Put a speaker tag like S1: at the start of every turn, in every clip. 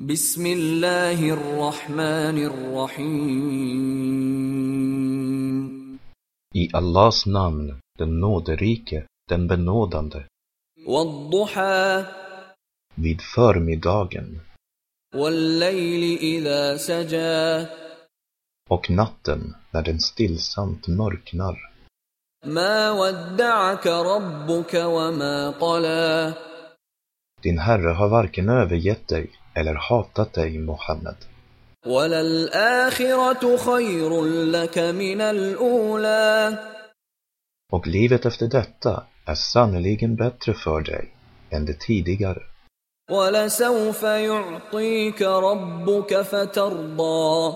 S1: بسم الله الرحمن الرحيم
S2: I Allahs namn, den nåderike, den benådande,
S1: والضحى
S2: vid förmiddagen
S1: والليل إذا سجى
S2: och natten när den stillsamt mörknar.
S1: ما ودعك ربك وما قلى
S2: Din Herre har varken övergett dig eller hatat dig, Mohammed.
S1: وللآخرة خير لك من الأولى
S2: Och livet efter detta är sannerligen bättre för dig än det tidigare.
S1: ولسوف يعطيك ربك فترضى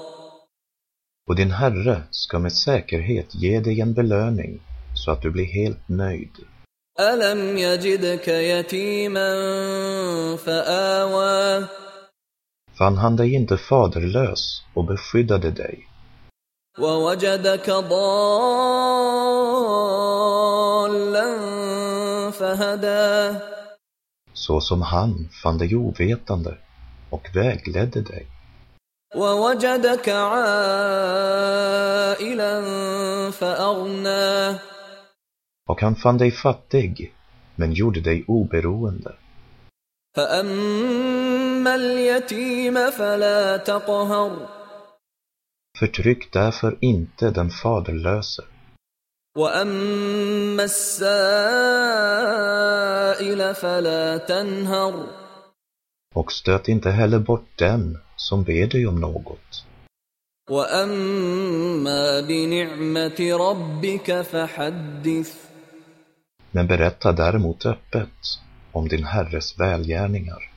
S2: Och din Herre ska med säkerhet ge dig en belöning så att du blir helt nöjd.
S1: ألم يجدك يتيما فآوى
S2: Fann han dig inte faderlös och beskyddade dig
S1: ووجدك ضالا فهدى
S2: så som han fann dig ovetande och vägledde dig
S1: ووجدك عائلا فأغنى
S2: och han fann dig fattig men gjorde dig oberoende.
S1: فأما اليتيم فلا تقهر
S2: Förtryck därför inte den faderlöse
S1: وأما السائل فلا تنهر
S2: och stöt inte heller bort den som ber dig om något.
S1: وأما بنعمة ربك فحدث
S2: Men berätta däremot öppet om din Herres välgärningar.